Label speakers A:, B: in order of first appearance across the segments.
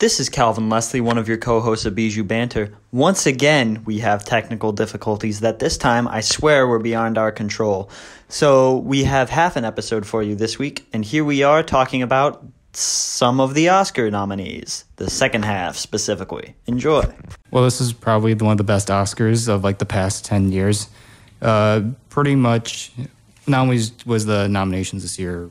A: This is Calvin Leslie, one of your co hosts of Bijou Banter. Once again, we have technical difficulties that this time I swear were beyond our control. So, we have half an episode for you this week, and here we are talking about some of the Oscar nominees, the second half specifically. Enjoy.
B: Well, this is probably one of the best Oscars of like the past 10 years. Uh, pretty much, not only was the nominations this year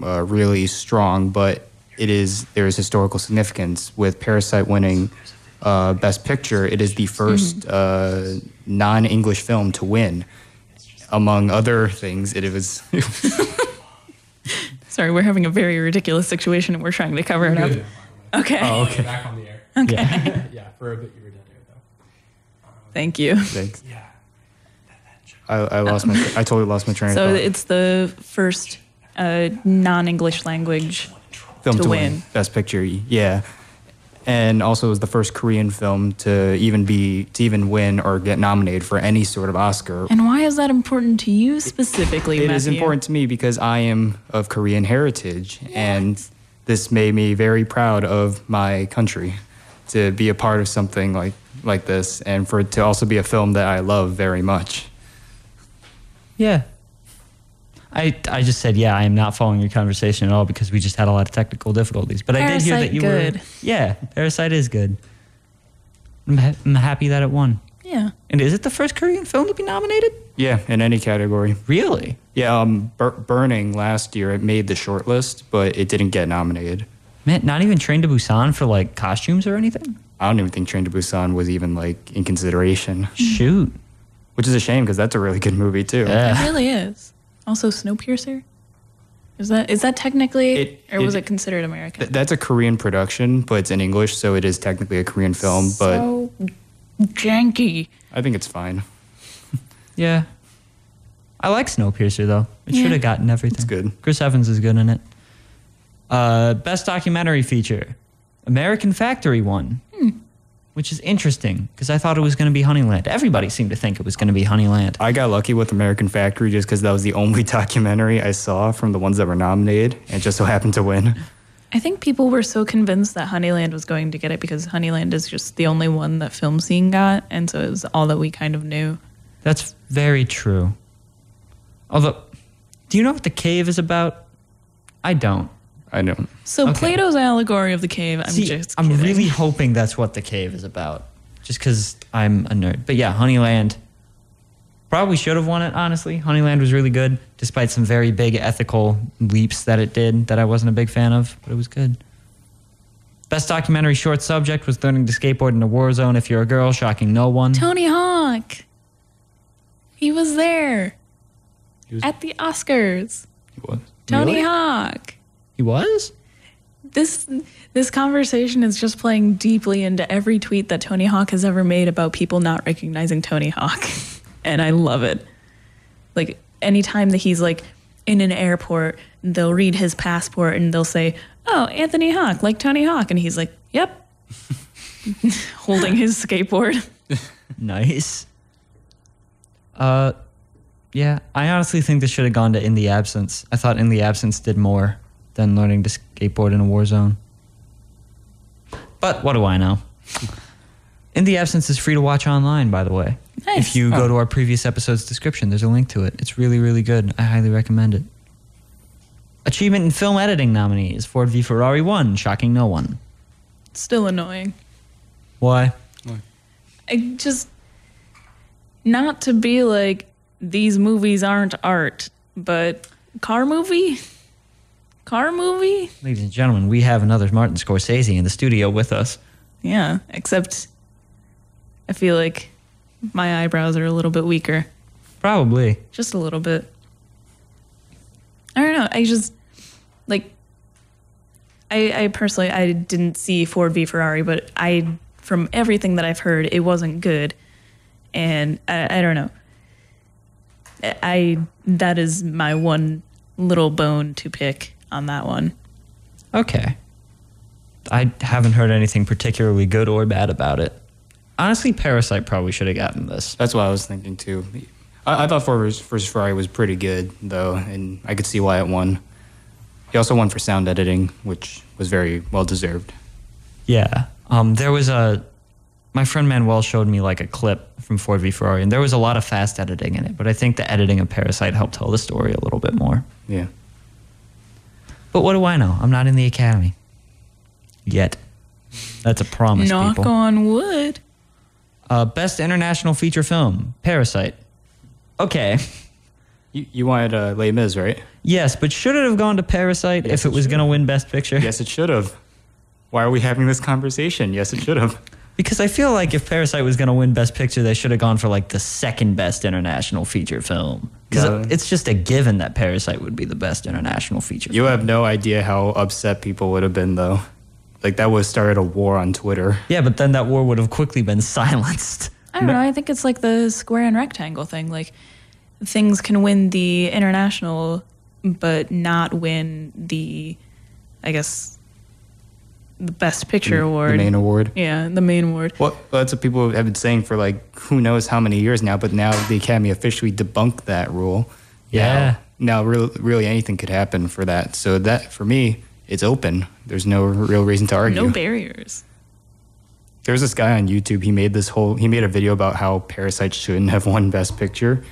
B: uh, really strong, but it is there is historical significance with Parasite winning uh, Best Picture. It is the 1st uh, non-English film to win, among other things. It was
C: Sorry, we're having a very ridiculous situation and we're trying to cover it up. Okay.
B: okay.
D: back on the air. Okay. Yeah, for a bit you were dead air though.
C: Thank you.
B: Thanks.
D: Yeah.
B: I, I lost my I totally lost my train of
C: So
B: thought.
C: it's the first uh, non English language.
B: film
C: to
B: to, win.
C: win.
B: best picture yeah and also it was the first korean film to even be to even win or get nominated for any sort of oscar
C: And why is that important to you specifically,
B: It is
C: Matthew?
B: important to me because i am of korean heritage and this made me very proud of my country to be a part of something like like this and for it to also be a film that i love very much
E: Yeah. I, I just said yeah. I am not following your conversation at all because we just had a lot of technical difficulties. But I did hear
C: Parasite
E: that you
C: good.
E: were yeah. Parasite is good. I'm, ha- I'm happy that it won.
C: Yeah.
E: And is it the first Korean film to be nominated?
B: yeah in any category
E: Really?
B: yeah um, Bur- burning last year it made the short list but it didn't get nominated
E: Man, not even Train to Busan for like costumes or anything.
B: I don't even think Train to Busan was even like in consideration,
C: Mm.
E: Shoot.
B: which is a shame because that's a really good movie too.
C: It really is. Also, Snowpiercer? Is that is that technically,
B: It-
C: or was
B: it-
C: it considered American?
B: Th- that's a Korean production, but it's in English, so it is technically a Korean film. But
C: so janky.
B: I think it's fine.
E: Yeah. I like Snowpiercer though. It
C: Yeah.
E: should have gotten everything.
B: It's good.
E: Chris Evans is good in it. Uh, best documentary feature, American Factory won, which is interesting because I thought it was going to be Honeyland. Everybody seemed to think it was going to be Honeyland.
B: I got lucky with American Factory just because that was the only documentary I saw from the ones that were nominated, and it just so happened to win.
C: I think people were so convinced that Honeyland was going to get it because Honeyland is just the only one that film scene got, and so it was all that we kind of knew.
E: That's very true. Although, do you know what the cave is about? I don't.
B: I don't.
C: So
E: Okay.
C: Plato's allegory of the cave. I'm
E: See,
C: just.
E: I'm
C: kidding.
E: really hoping that's what the cave is about, just because I'm a nerd. But yeah, Honeyland probably should have won it. Honestly, Honeyland was really good, despite some very big ethical leaps that it did that I wasn't a big fan of, but it was good. Best documentary short subject was learning to skateboard in a war zone. If you're a girl, shocking no one.
C: Tony Hawk. He was there
D: was-
C: at the Oscars.
B: It was.
C: Tony
E: Really?
C: Hawk.
E: He was.
C: This this conversation is just playing deeply into every tweet that Tony Hawk has ever made about people not recognizing Tony Hawk. and I love it. Like anytime that he's like in an airport, they'll read his passport and they'll say, "Oh, Anthony Hawk, like Tony Hawk." And he's like, "Yep." Holding his skateboard.
E: Nice. Uh, yeah. I honestly think this should have gone to In the Absence. I thought In the Absence did more than learning to skateboard in a war zone. But what do I know? In the Absence is free to watch online, by the way.
C: Nice.
E: If you go to our previous episode's description, there's a link to it. It's really, really good. I highly recommend it. Achievement in Film Editing nominees Ford v Ferrari 1, shocking no one.
C: Still annoying.
E: Why?
C: I just not to be like these movies aren't art, but car movie, car movie,
E: Ladies and gentlemen, we have another Martin Scorsese in the studio with us.
C: yeah. Except I feel like my eyebrows are a little bit weaker,
E: Probably.
C: just a little bit. I don't know. I just like I, I personally I didn't see Ford v Ferrari, but I from everything that I've heard, it wasn't good, and I, I don't know. I- I that is my one little bone to pick on that one.
E: Okay. I haven't heard anything particularly good or bad about it. Honestly, Parasite probably should have gotten this.
B: That's what I was thinking too. I, I thought Ford vs Ferrari was pretty good though, and I could see why it won. He also won for sound editing, which was very well deserved.
E: Yeah. Um, there was a my friend Manuel showed me like a clip from Ford v Ferrari, and there was a lot of fast editing in it. But I think the editing of Parasite helped tell the story a little bit more.
B: Yeah.
E: But what do I know? I'm not in the academy yet. That's a promise,
C: Knock
E: people.
C: on wood.
E: Uh, best international feature film: Parasite. Okay.
B: You, you wanted uh, Les Mis, right?
E: Yes, but should it have gone to Parasite
B: Yes,
E: if it
B: it
E: was
B: should
E: going to win Best Picture?
B: Yes, it should have. Why are we having this conversation? Yes, it should have.
E: Because I feel like if Parasite was going to win Best Picture, they should have gone for like the second best international feature film. Because
B: No.
E: it's just a given that Parasite would be the best international feature.
B: You
E: film.
B: have no idea how upset people would have been, though. Like that would have started a war on Twitter.
E: Yeah, but then that war would have quickly been silenced.
C: I don't know. I think it's like the square and rectangle thing. Like things can win the international, but not win the, I guess, the best picture award.
B: The main award.
C: yeah, the main award.
B: Well, that's what people have been saying for like who knows how many years now. But now the Academy officially debunked that rule.
E: Yeah.
B: Now, now really, really anything could happen for that. So that for me, it's open. There's no real reason to argue.
C: No barriers.
B: There's this guy on YouTube. He made this whole. He made a video about how Parasite shouldn't have won Best Picture,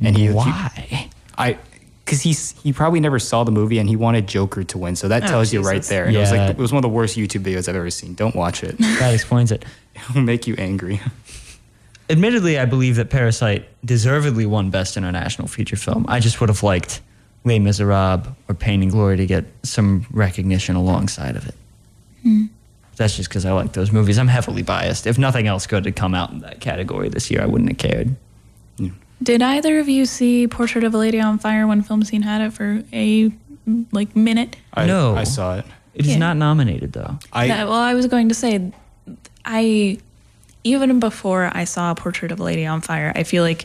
B: and he
E: Why?
B: I because he's he probably never saw the movie and he wanted Joker to win. So that tells you right
C: Oh, Jesus.
B: there. And It was
E: Yeah.
B: like it was one of the worst YouTube videos I've ever seen. Don't watch it.
E: That explains it.
B: It'll make you angry.
E: Admittedly, I believe that Parasite deservedly won Best International Feature Film. I just would have liked Les Miserables or Pain and Glory to get some recognition alongside of it. That's just because I like those movies. I'm heavily biased. If nothing else good had come out in that category this year, I wouldn't have cared.
C: Did either of you see Portrait of a Lady on Fire when Film Scene had it for a like minute?
B: I,
E: No.
B: I saw it.
E: It is
C: Yeah.
E: not nominated, though.
B: I
C: That- well, I was going to say, I even before I saw Portrait of a Lady on Fire, I feel like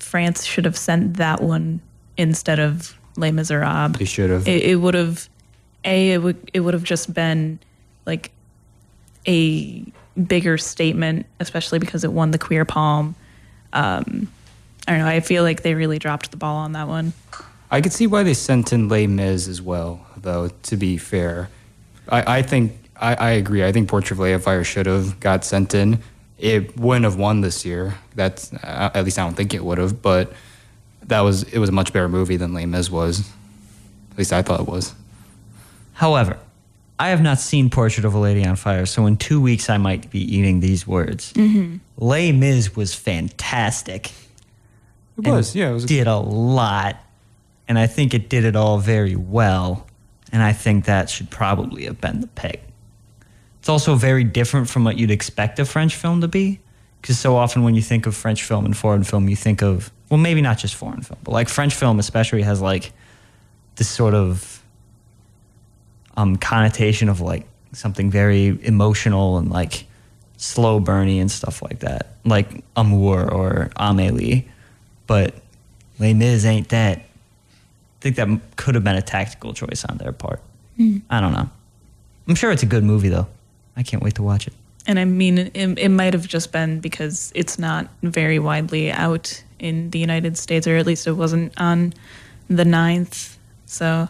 C: France should have sent that one instead of Les Miserables.
B: they should have.
C: It, it would have a it would it would have just been like a bigger statement, especially because it won the Queer Palm. Um, I don't know. I feel like they really dropped the ball on that one.
B: I could see why they sent in Les Mis as well, though. To be fair, I, I think I, I agree. I think Portrait of Lady on Fire should have got sent in. It wouldn't have won this year. That's uh, at least I don't think it would have. But that was it was a much better movie than Les Mis was. At least I thought it was.
E: However, I have not seen Portrait of a Lady on Fire, so in two weeks I might be eating these words. Mm-hmm. Les Mis was fantastic.
B: It
E: and
B: was, yeah. It was
E: did a lot, and I think it did it all very well. And I think that should probably have been the pick. It's also very different from what you'd expect a French film to be, because so often when you think of French film and foreign film, you think of well, maybe not just foreign film, but like French film especially has like this sort of um, connotation of like something very emotional and like slow burny and stuff like that, like Amour or Amélie. But Les Mis ain't that. I think that m- could have been a tactical choice on their part. I don't know. I'm sure it's a good movie though. I can't wait to watch it.
C: And I mean, it, it might have just been because it's not very widely out in the United States, or at least it wasn't on the 9th. So,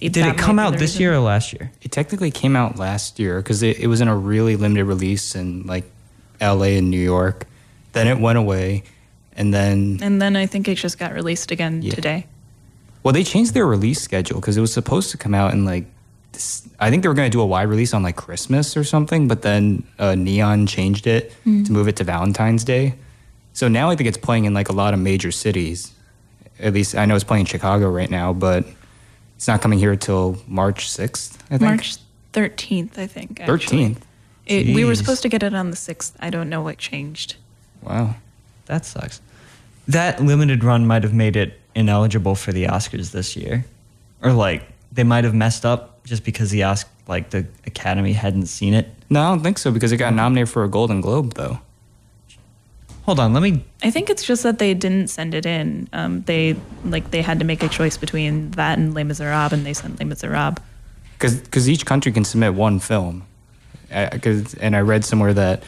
E: Did it come out this year or last year?
B: It technically came out last year because it, it was in a really limited release in like LA and New York. Then it went away. And then,
C: And then I think it just got released again today.
B: well, they changed their release schedule because it was supposed to come out in like, this, I think they were going to do a wide release on like Christmas or something, but then uh, Neon changed it
C: Mm.
B: to move it to Valentine's Day. So now I think it's playing in like a lot of major cities. At least I know it's playing in Chicago right now, but it's not coming here till March 6th, I think.
C: March 13th, I think. actually.
B: 13th.
C: It, we were
E: Jeez.
C: supposed to get it on the 6th. I don't know what changed.
B: Wow.
E: That sucks. That limited run might have made it ineligible for the Oscars this year, or like they might have messed up just because the Osc- like the Academy hadn't seen it.
B: No, I don't think so because it got nominated for a Golden Globe though.
E: Hold on, let me.
C: I think it's just that they didn't send it in. Um, they like they had to make a choice between that and Les Miserables, and they sent Les Miserables.
B: Because each country can submit one film. Uh, 'cause- and I read somewhere that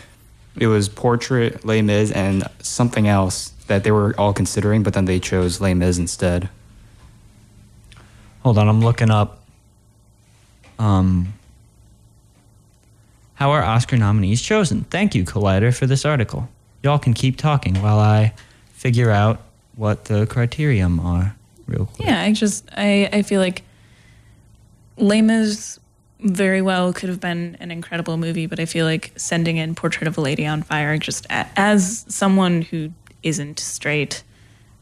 B: it was Portrait, Les Mis, and something else that they were all considering, but then they chose Les Mis instead.
E: Hold on, I'm looking up. Um, How are Oscar nominees chosen? Thank you, Collider, for this article. Y'all can keep talking while I figure out what the criterium are real quick.
C: Yeah, I just I, I feel like Lema's very well could have been an incredible movie, but I feel like sending in Portrait of a Lady on Fire just a, as someone who isn't straight,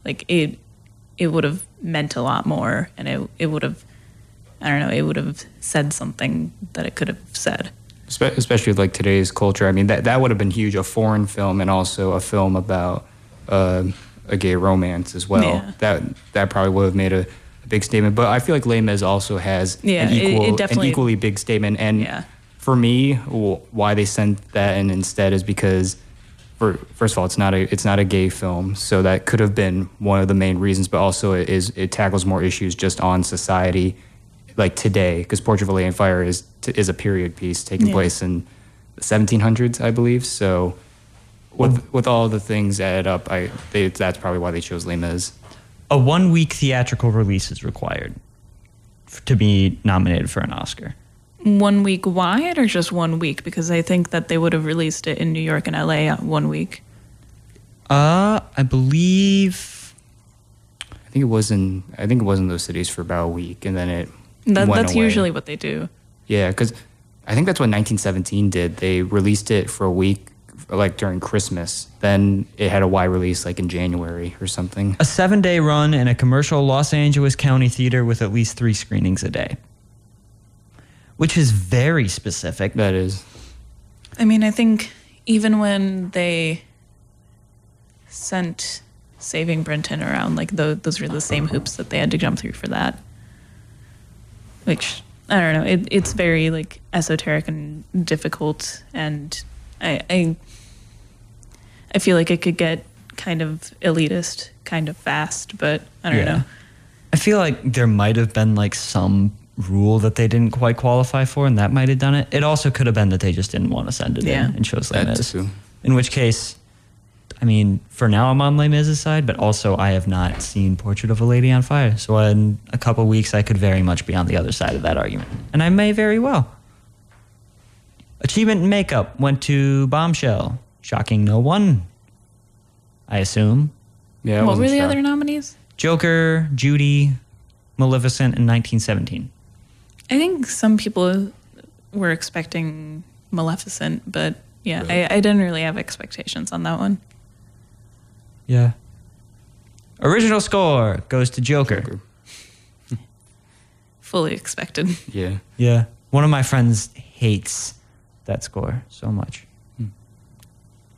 C: like it it would have meant a lot more, and it it would have I don't know it would have said something that it could have said.
B: Espe- especially with, like today's culture. I mean, that that would have been huge—a foreign film and also a film about uh, a gay romance as well.
C: Yeah.
B: That that probably would have made a, a big statement. But I feel like Les Mis also has
C: Yeah,
B: an
C: it- it
B: equal,
C: definitely-
B: an equally big statement. And
C: Yeah.
B: for me, w- why they sent that in instead is because. For, first of all, it's not a it's not a gay film, so that could have been one of the main reasons. But also, it is it tackles more issues just on society, like today, because Portrait of a Lady on Fire is t- is a period piece taking
C: Yeah.
B: place in the 1700s, I believe. So, with with all the things added up, I they, that's probably why they chose Les Mis.
E: A one week theatrical release is required f- to be nominated for an Oscar.
C: One week wide or just one week? Because I think that they would have released it in New York and LA on one week.
E: Uh, I believe
B: I think it was in I think it was in those cities for about a week, and then it
C: That,
B: went
C: that's
B: away.
C: usually what they do.
B: yeah, because I think that's what 1917 did. They released it for a week, like during Christmas. Then it had a wide release like in January or something.
E: a seven day run in a commercial Los Angeles County theater with at least three screenings a day, which is very specific.
B: That is
C: I mean, I think even when they sent Saving Brenton around, like tho- those were the same hoops that they had to jump through for that. Which I don't know. It, it's very like esoteric and difficult, and I, I I feel like it could get kind of elitist, kind of fast. But I don't know.
E: I feel like there might have been like some rule that they didn't quite qualify for, and that might have done it. It also could have been that they just didn't want to send it
C: Yeah.
E: in and chose Les
B: That
E: Mis.
B: too.
E: In which case, I mean, for now I'm on Les Mis's side, but also I have not seen Portrait of a Lady on Fire. So in a couple weeks, I could very much be on the other side of that argument, and I may very well. Achievement in makeup went to Bombshell, shocking no one. I assume
B: yeah. I
C: what
B: wasn't
C: were the
B: sure.
C: other nominees?
E: Joker, Judy, Maleficent in 1917.
C: I think some people were expecting Maleficent, but yeah, I, I didn't really have expectations on that one.
E: Yeah. Original score goes to Joker.
C: Fully expected.
B: Yeah.
E: Yeah. One of my friends hates that score so much.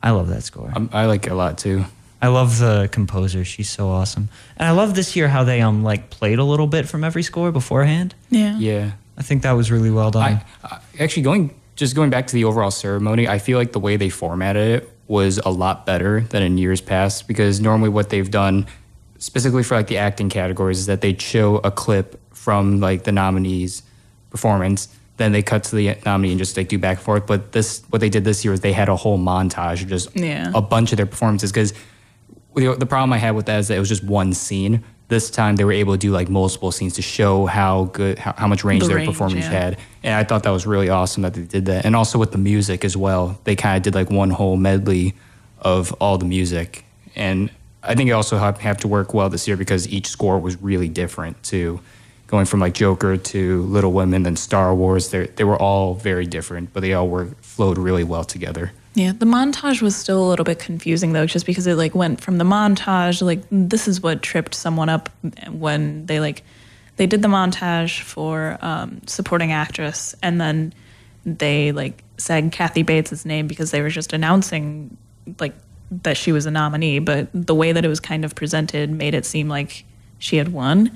E: I love that score.
B: i I like it a lot too.
E: I love the composer. She's so awesome. And I love this year how they um like played a little bit from every score beforehand.
C: Yeah.
B: Yeah.
E: I think that was really well done.
B: I, I actually going just going back to the overall ceremony. I feel like the way they formatted it was a lot better than in years past because normally what they've done specifically for like the acting categories is that they show a clip from like the nominee's performance, then they cut to the nominee and just like do back and forth. But this what they did this year is they had a whole montage of just
C: Yeah.
B: a bunch of their performances because the, the problem I had with that is that it was just one scene. This time they were able to do like multiple scenes to show how good, how, how much range
C: The
B: their
C: range,
B: performance
C: yeah.
B: had, and I thought that was really awesome that they did that. And also with the music as well, they kind of did like one whole medley of all the music, and I think it also have, have to work well this year because each score was really different too. Going from like Joker to Little Women, then Star Wars, they they were all very different, but they all were flowed really well together.
C: Yeah. The montage was still a little bit confusing though, just because it like went from the montage, like this is what tripped someone up when they like they did the montage for um, supporting actress and then they like said Kathy Bates' name because they were just announcing like that she was a nominee, but the way that it was kind of presented made it seem like she had won.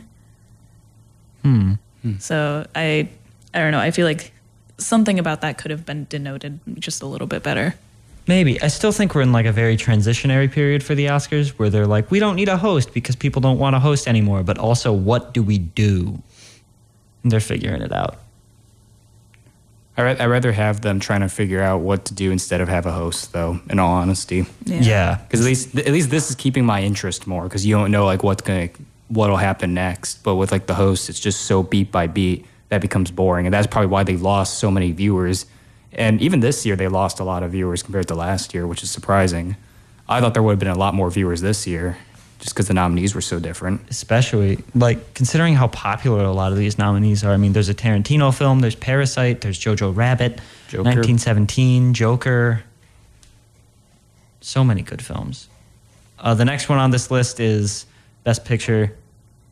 C: So I I don't know, I feel like something about that could have been denoted just a little bit better.
E: Maybe. I still think we're in like a very transitionary period for the Oscars where they're like, we don't need a host because people don't want a host anymore. But also, what do we do? And they're figuring it out.
B: I ra- I'd rather have them trying to figure out what to do instead of have a host, though. In all honesty,
E: yeah.
B: because at least at least this is keeping my interest more because you don't know like what's gonna what'll happen next. But with like the host, it's just so beat by beat that becomes boring, and that's probably why they lost so many viewers And even this year, they lost a lot of viewers compared to last year, which is surprising. I thought there would have been a lot more viewers this year just because the nominees were so different.
E: especially like considering how popular a lot of these nominees are. I mean, there's a Tarantino film, there's Parasite, there's Jojo Rabbit,
B: Joker.
E: 1917, Joker. So many good films. Uh, the next one on this list is Best Picture.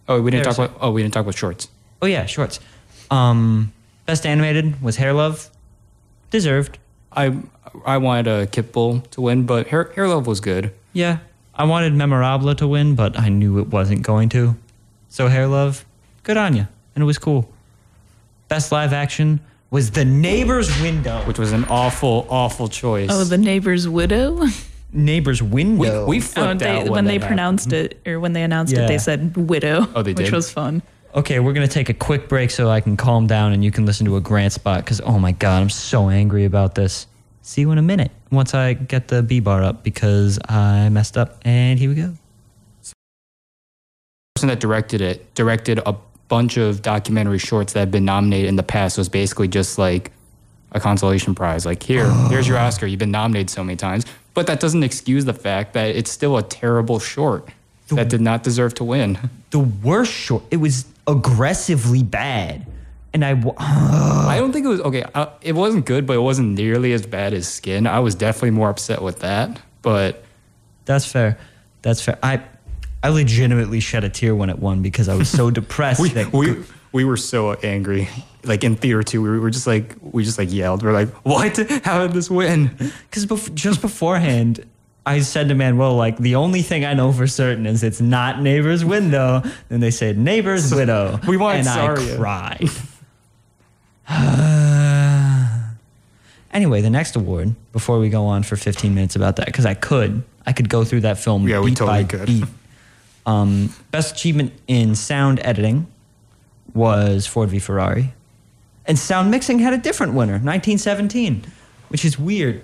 B: Oh, we didn't talk
E: Parasite.
B: about oh, we didn't talk about shorts.
E: Oh yeah, shorts. Um, Best Animated was Hair Love. Deserved.
B: I I wanted a Kip Bull to win, but Hair, Hair Love was good.
E: Yeah, I wanted Memorabla to win, but I knew it wasn't going to. So Hair Love, good on you, and it was cool. Best live action was The Neighbor's Window.
B: which was an awful, awful choice.
C: Oh, the neighbor's widow.
E: Neighbor's
B: we,
E: Window.
B: we
C: Oh,
B: flipped
C: they,
B: out
C: when,
B: when
C: they
B: that
C: pronounced it or when they announced it,
E: Yeah.
C: they said widow,
B: Oh, they
C: which
B: did?
C: was fun.
E: okay, we're gonna take a quick break so I can calm down and you can listen to a Grant spot. Because oh my god, I'm so angry about this. See you in a minute once I get the B bar up because I messed up. And here we go.
B: person that directed it directed a bunch of documentary shorts that had been nominated in the past. So it's basically just like a consolation prize. Like here, here's your Oscar. You've been nominated so many times, but that doesn't excuse the fact that it's still a terrible short that did not deserve to win.
E: The worst short. It was aggressively bad, and I. wa-
B: I don't think it was okay. Uh, it wasn't good, but it wasn't nearly as bad as Skin. I was definitely more upset with that, but.
E: That's fair. That's fair. I I legitimately shed a tear when it won because I was so depressed.
B: we,
E: that
B: we, we were so angry. Like in theater too, we were just like we just like yelled. We're like, "What? How did this win?"
E: because bef- just beforehand, I said to Manuel, like, the only thing I know for certain is it's not neighbor's window. Then they said neighbor's widow.
B: we wanted
E: and
B: Saria.
E: I cried. anyway, the next award before we go on for 15 minutes about that because I could I could go through that film.
B: Yeah, we
E: beat
B: totally
E: by
B: could.
E: Beat. Um, best achievement in sound editing was Ford v Ferrari, and sound mixing had a different winner, 1917, which is weird.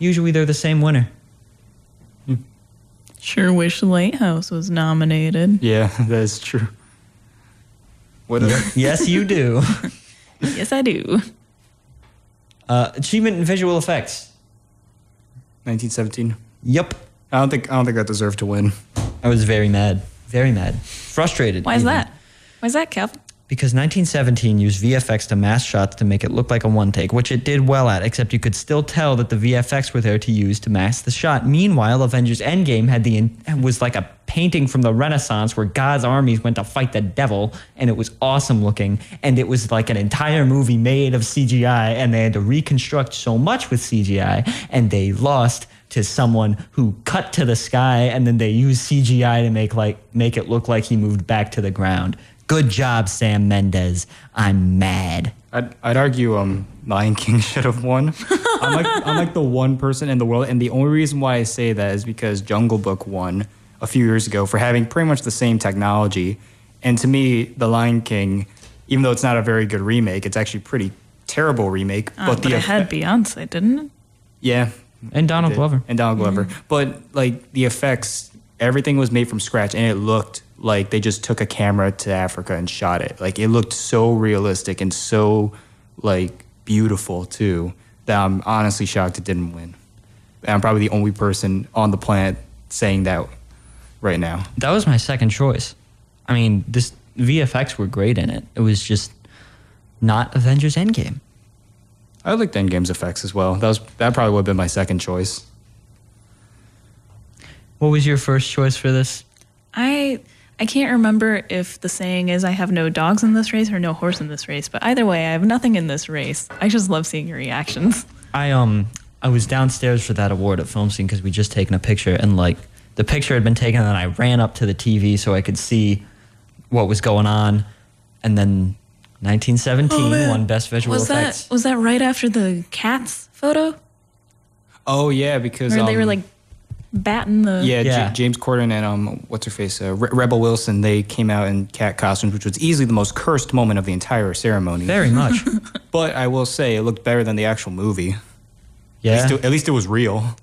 E: Usually they're the same winner.
C: Sure wish Lighthouse was nominated.
B: Yeah, that is true. What? a-
E: yes, you do.
C: yes, I do.
E: Uh, achievement in visual effects.
B: 1917.
E: Yep.
B: I don't think I don't think that deserved to win.
E: I was very mad. Very mad. Frustrated.
C: Why is
E: even.
C: that? Why is that, Kev?
E: Because 1917 used VFX to mask shots to make it look like a one take, which it did well at, except you could still tell that the VFX were there to use to mask the shot. Meanwhile, Avengers Endgame had the in- was like a painting from the Renaissance where God's armies went to fight the devil, and it was awesome looking. And it was like an entire movie made of CGI, and they had to reconstruct so much with CGI, and they lost to someone who cut to the sky and then they used CGI to make like make it look like he moved back to the ground. Good job, Sam Mendes. I'm mad.
B: I'd, I'd argue um, Lion King should have won. I'm like, I'm like the one person in the world, and the only reason why I say that is because Jungle Book won a few years ago for having pretty much the same technology. And to me, The Lion King, even though it's not a very good remake, it's actually pretty terrible remake.
C: Uh, but
B: the
C: it had
B: eff-
C: Beyonce, didn't it?
B: yeah,
E: And Donald
B: did.
E: Glover.
B: and Donald Glover. But like the effects, everything was made from scratch, and it looked like they just took a camera to Africa and shot it. Like it looked so realistic and so like beautiful too that I'm honestly shocked it didn't win. And I'm probably the only person on the planet saying that right now.
E: That was my second choice. I mean, this VFX were great in it. It was just not Avengers Endgame.
B: I liked Endgame's effects as well. That was that probably would have been my second choice.
E: What was your first choice for this?
C: I I can't remember if the saying is I have no dogs in this race or no horse in this race, but either way, I have nothing in this race. I just love seeing your reactions.
E: I um I was downstairs for that award at film scene because we just taken a picture and like the picture had been taken and I ran up to the TV so I could see what was going on and then 1917 won best visual
C: Oh, Was
E: effects.
C: that was that right after the cats photo
B: Oh yeah, because
C: where they were
B: um,
C: like batting the
B: Yeah, J-
E: Yeah.
B: James Corden and um, what's her face, uh, Re- Rebel Wilson. They came out in cat costumes, which was easily the most cursed moment of the entire ceremony.
E: Very much.
B: But I will say, it looked better than the actual movie.
E: yeah.
B: At, least it, at least it was real.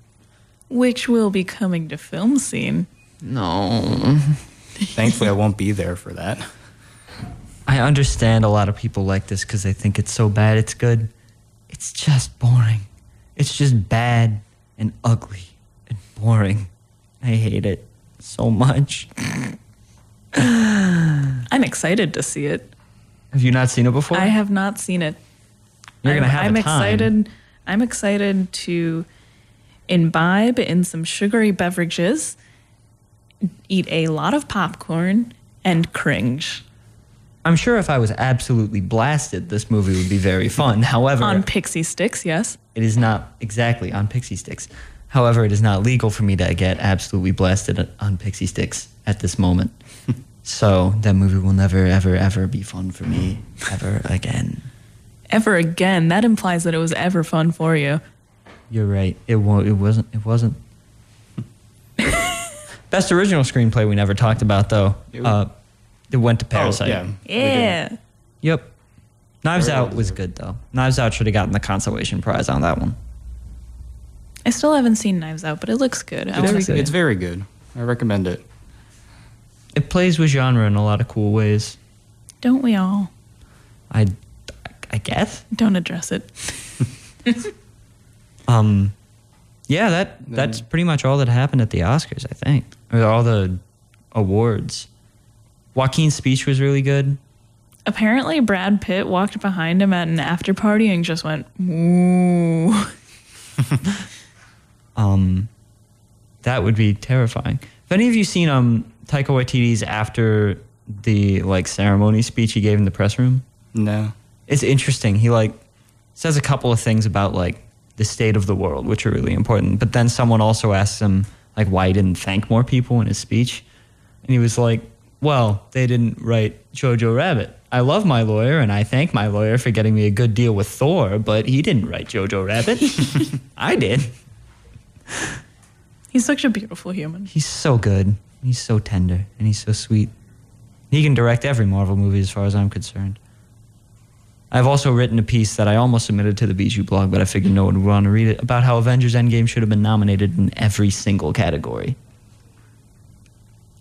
C: which will be coming to film scene.
E: no.
B: Thankfully, I won't be there for that.
E: I understand a lot of people like this because they think it's so bad it's good. it's just boring. It's just bad and ugly and boring. I hate it so much.
C: I'm excited to see it.
E: Have you not seen it before?
C: I have not seen it.
E: You're gonna
C: I'm-
E: have a
C: I'm
E: time.
C: excited. I'm excited to imbibe in some sugary beverages, eat a lot of popcorn, and cringe
E: I'm sure if I was absolutely blasted, this movie would be very fun. However,
C: on pixie sticks. Yes,
E: it is not exactly on pixie sticks. However, it is not legal for me to get absolutely blasted on pixie sticks at this moment. so that movie will never, ever, ever be fun for me ever again.
C: ever again. That implies that it was ever fun for you.
E: You're right. It wa- It wasn't. It wasn't. Best original screenplay we never talked about though. Uh, it went to Parasite.
B: Oh, yeah.
C: Yeah.
E: Yep. Knives
B: Very
E: Out was good though. Knives Out should have gotten the consolation prize on that one.
C: I still haven't seen Knives Out, but it looks good. I wanna
B: It's,
C: see
B: it's
C: it.
B: very good. I recommend it.
E: It plays with genre in a lot of cool ways.
C: Don't we all?
E: I, I guess.
C: Don't address it.
E: Um, yeah, that that's pretty much all that happened at the Oscars, I think, or all the awards. Joaquin's speech was really good.
C: Apparently, Brad Pitt walked behind him at an after party and just went, "Ooh."
E: Um, that would be terrifying. Have any of you seen um Taika Waititi's after the like ceremony speech he gave in the press room?
B: No.
E: It's interesting. He like says a couple of things about like the state of the world, which are really important. But then someone also asks him like why he didn't thank more people in his speech, and he was like, "Well, they didn't write Jojo Rabbit. I love my lawyer, and I thank my lawyer for getting me a good deal with Thor, but he didn't write Jojo Rabbit. I did."
C: He's such a beautiful human.
E: He's so good. He's so tender and he's so sweet. He can direct every Marvel movie as far as I'm concerned. I've also written a piece that I almost submitted to the Bijou blog, but I figured no one would want to read it about how Avengers Endgame should have been nominated in every single category.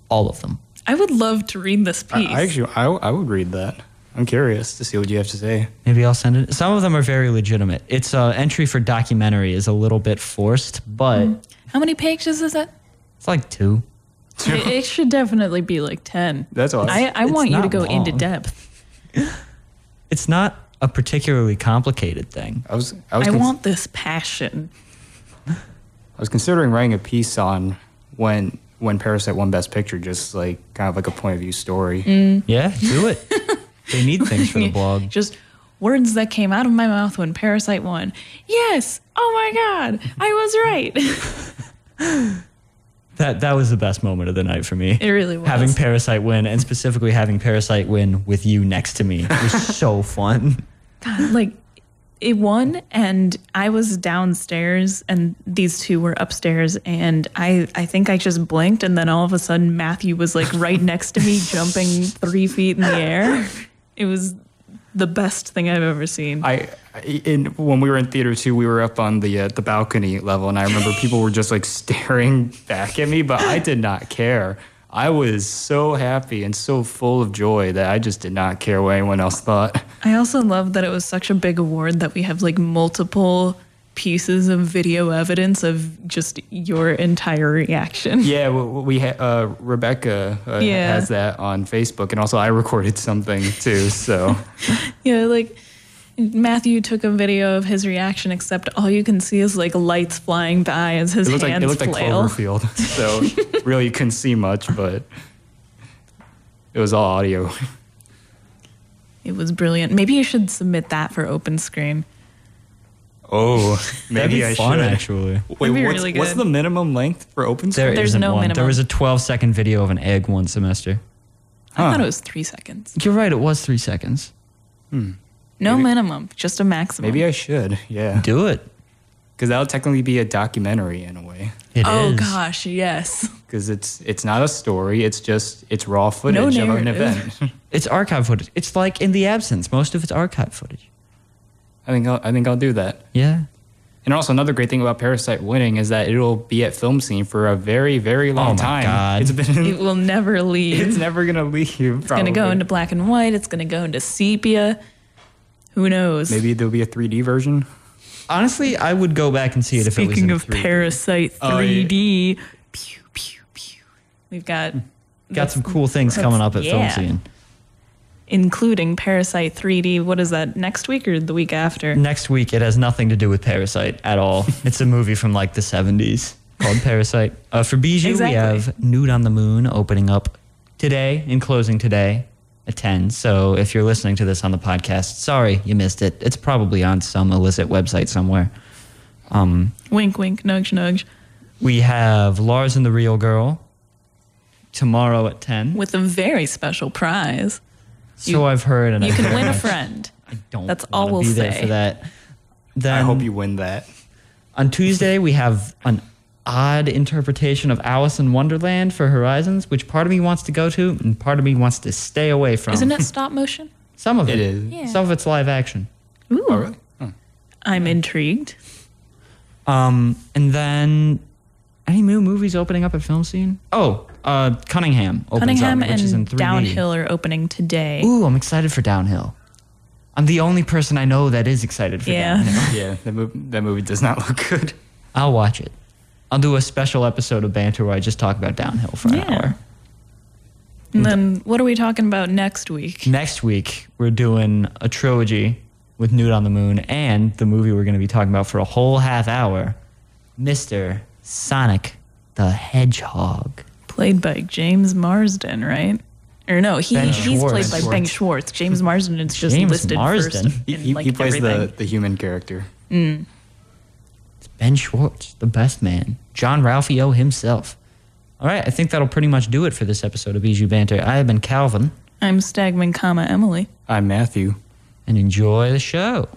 E: All of them.
C: I would love to read this
B: I,
C: piece.
B: I actually, I, I would read that. I'm curious to see what you have to say.
E: Maybe I'll send it. Some of them are very legitimate. Its uh, entry for documentary is a little bit forced, but
C: How many pages is it?
E: it's like two.
C: it? It should definitely be like 10.
B: That's awesome.
C: I, I
E: It's
C: want you to
E: not
C: go into
E: long.
C: depth.
E: It's not a particularly complicated thing.
B: I was, I was,
C: I
B: cons-
C: want this passion.
B: I was considering writing a piece on when when Parasite won Best Picture, just like kind of like a point of view story.
E: Yeah, do it. they need things for the blog.
C: Just words that came out of my mouth when Parasite won. Yes. Oh my God. I was right.
E: That that was the best moment of the night for me.
C: It really was.
E: Having Parasite win, and specifically having Parasite win with you next to me, was so fun.
C: God, like it won and I was downstairs and these two were upstairs and I I think I just blinked and then all of a sudden Matthew was like right next to me jumping 3 feet in the air. It was the best thing I've ever seen.
B: I I- in when we were in theater two, we were up on the uh, the balcony level, and I remember people were just like staring back at me, but I did not care. I was so happy and so full of joy that I just did not care what anyone else thought.
C: I also love that it was such a big award that we have like multiple pieces of video evidence of just your entire reaction.
B: Yeah, we, we ha- uh, Rebecca uh,
C: Yeah.
B: has that on Facebook, and also I recorded something too. So
C: Yeah, like Matthew took a video of his reaction, except all you can see is like lights flying by as his
B: it
C: hands
B: looked like it looked like
C: flail.
B: Cloverfield. So really, you couldn't see much, but it was all audio.
C: it was brilliant. Maybe you should submit that for open screen.
B: Oh, maybe
E: That'd
B: I
E: be fun,
B: should.
E: actually.
B: Wait,
C: That'd be
B: what's,
C: really
B: what's
C: good.
B: the minimum length for open
E: There
B: source?
C: There's
E: isn't
C: no
E: one.
C: minimum.
E: There was a 12 second video of an egg one semester.
C: I
B: Huh.
C: thought it was three seconds.
E: You're right. It was three seconds.
C: No minimum, just a maximum.
B: Maybe I should, yeah.
E: Do it.
B: Because that'll technically be a documentary in a way.
E: It
C: oh
E: is.
C: gosh, yes.
B: Because it's it's not a story. It's just it's raw footage of an
C: narrative.
B: event.
E: It's archive footage. It's like in the absence. Most of it's archive footage.
B: I think I'll, I think I'll do that.
E: Yeah.
B: And also another great thing about Parasite winning is that it'll be at film scene for a very very long
E: my
B: time.
E: God.
B: It's been
C: It will never leave.
B: it's never gonna leave. It's
C: It's going to go into black and white. It's going to go into sepia. Who knows?
B: maybe there'll be a 3D version.
E: Honestly, I would go back and see it if it was
C: Speaking
E: in
C: of
E: 3D.
C: Parasite
B: Oh, yeah.
C: 3D, pew pew pew. We've got
E: Got some cool things coming up at Film
C: yeah.
E: Scene.
C: including Parasite 3D. What is that? Next week or the week after?
E: Next week, it has nothing to do with Parasite at all. it's a movie from like the 70s called Parasite. Uh, for Bijou,
C: Exactly.
E: we have Nude on the Moon opening up today and closing today at 10. So if you're listening to this on the podcast, sorry you missed it. It's probably on some illicit website somewhere. Um,
C: Wink wink. Nudge nudge.
E: we have Lars and the Real Girl tomorrow at 10.
C: With a very special prize.
E: so I've heard. And
C: You
E: I've
C: can
E: heard
C: win a
E: much.
C: friend.
E: I don't
C: That's
E: wanna
C: all we'll
E: be there
C: say.
E: for that. Then
B: I hope you win that.
E: On Tuesday, we have an odd interpretation of Alice in Wonderland for Horizons, which part of me wants to go to and part of me wants to stay away from.
C: Isn't it stop motion?
E: Some of it,
B: It is.
C: Yeah.
E: Some of it's live action.
C: Ooh,
B: Oh, really? Huh.
C: I'm intrigued.
E: Um, and then any new movies opening up at film scene? Oh, uh, Cunningham opens
C: Cunningham
E: up, which is in
C: and
E: 3D.
C: Downhill are opening today.
E: Ooh, I'm excited for Downhill. I'm the only person I know that is excited for
C: Yeah.
E: Downhill.
B: Yeah, that movie, that movie does not look good.
E: I'll watch it. I'll do a special episode of banter where I just talk about Downhill for an
C: Yeah.
E: hour.
C: And then what are we talking about next week?
E: next week we're doing a trilogy with Nude on the Moon and the movie we're going to be talking about for a whole half hour, Mr. Sonic the Hedgehog.
C: Played by James Marsden, right? Or no, he,
E: Ben
C: he's
E: Schwartz.
C: played by Ben Schwartz. James Marsden is just
E: James
C: listed
E: Marsden?
C: first.
B: He,
C: in,
B: he-
C: like,
B: he plays the,
C: everything.
B: the human character.
E: It's Ben Schwartz, the best man, John Ralphio himself. All right, I think that'll pretty much do it for this episode of Bijou Banter. I have been Calvin,
C: I'm Stagman, comma Emily.
B: I'm Matthew.
E: and enjoy the show.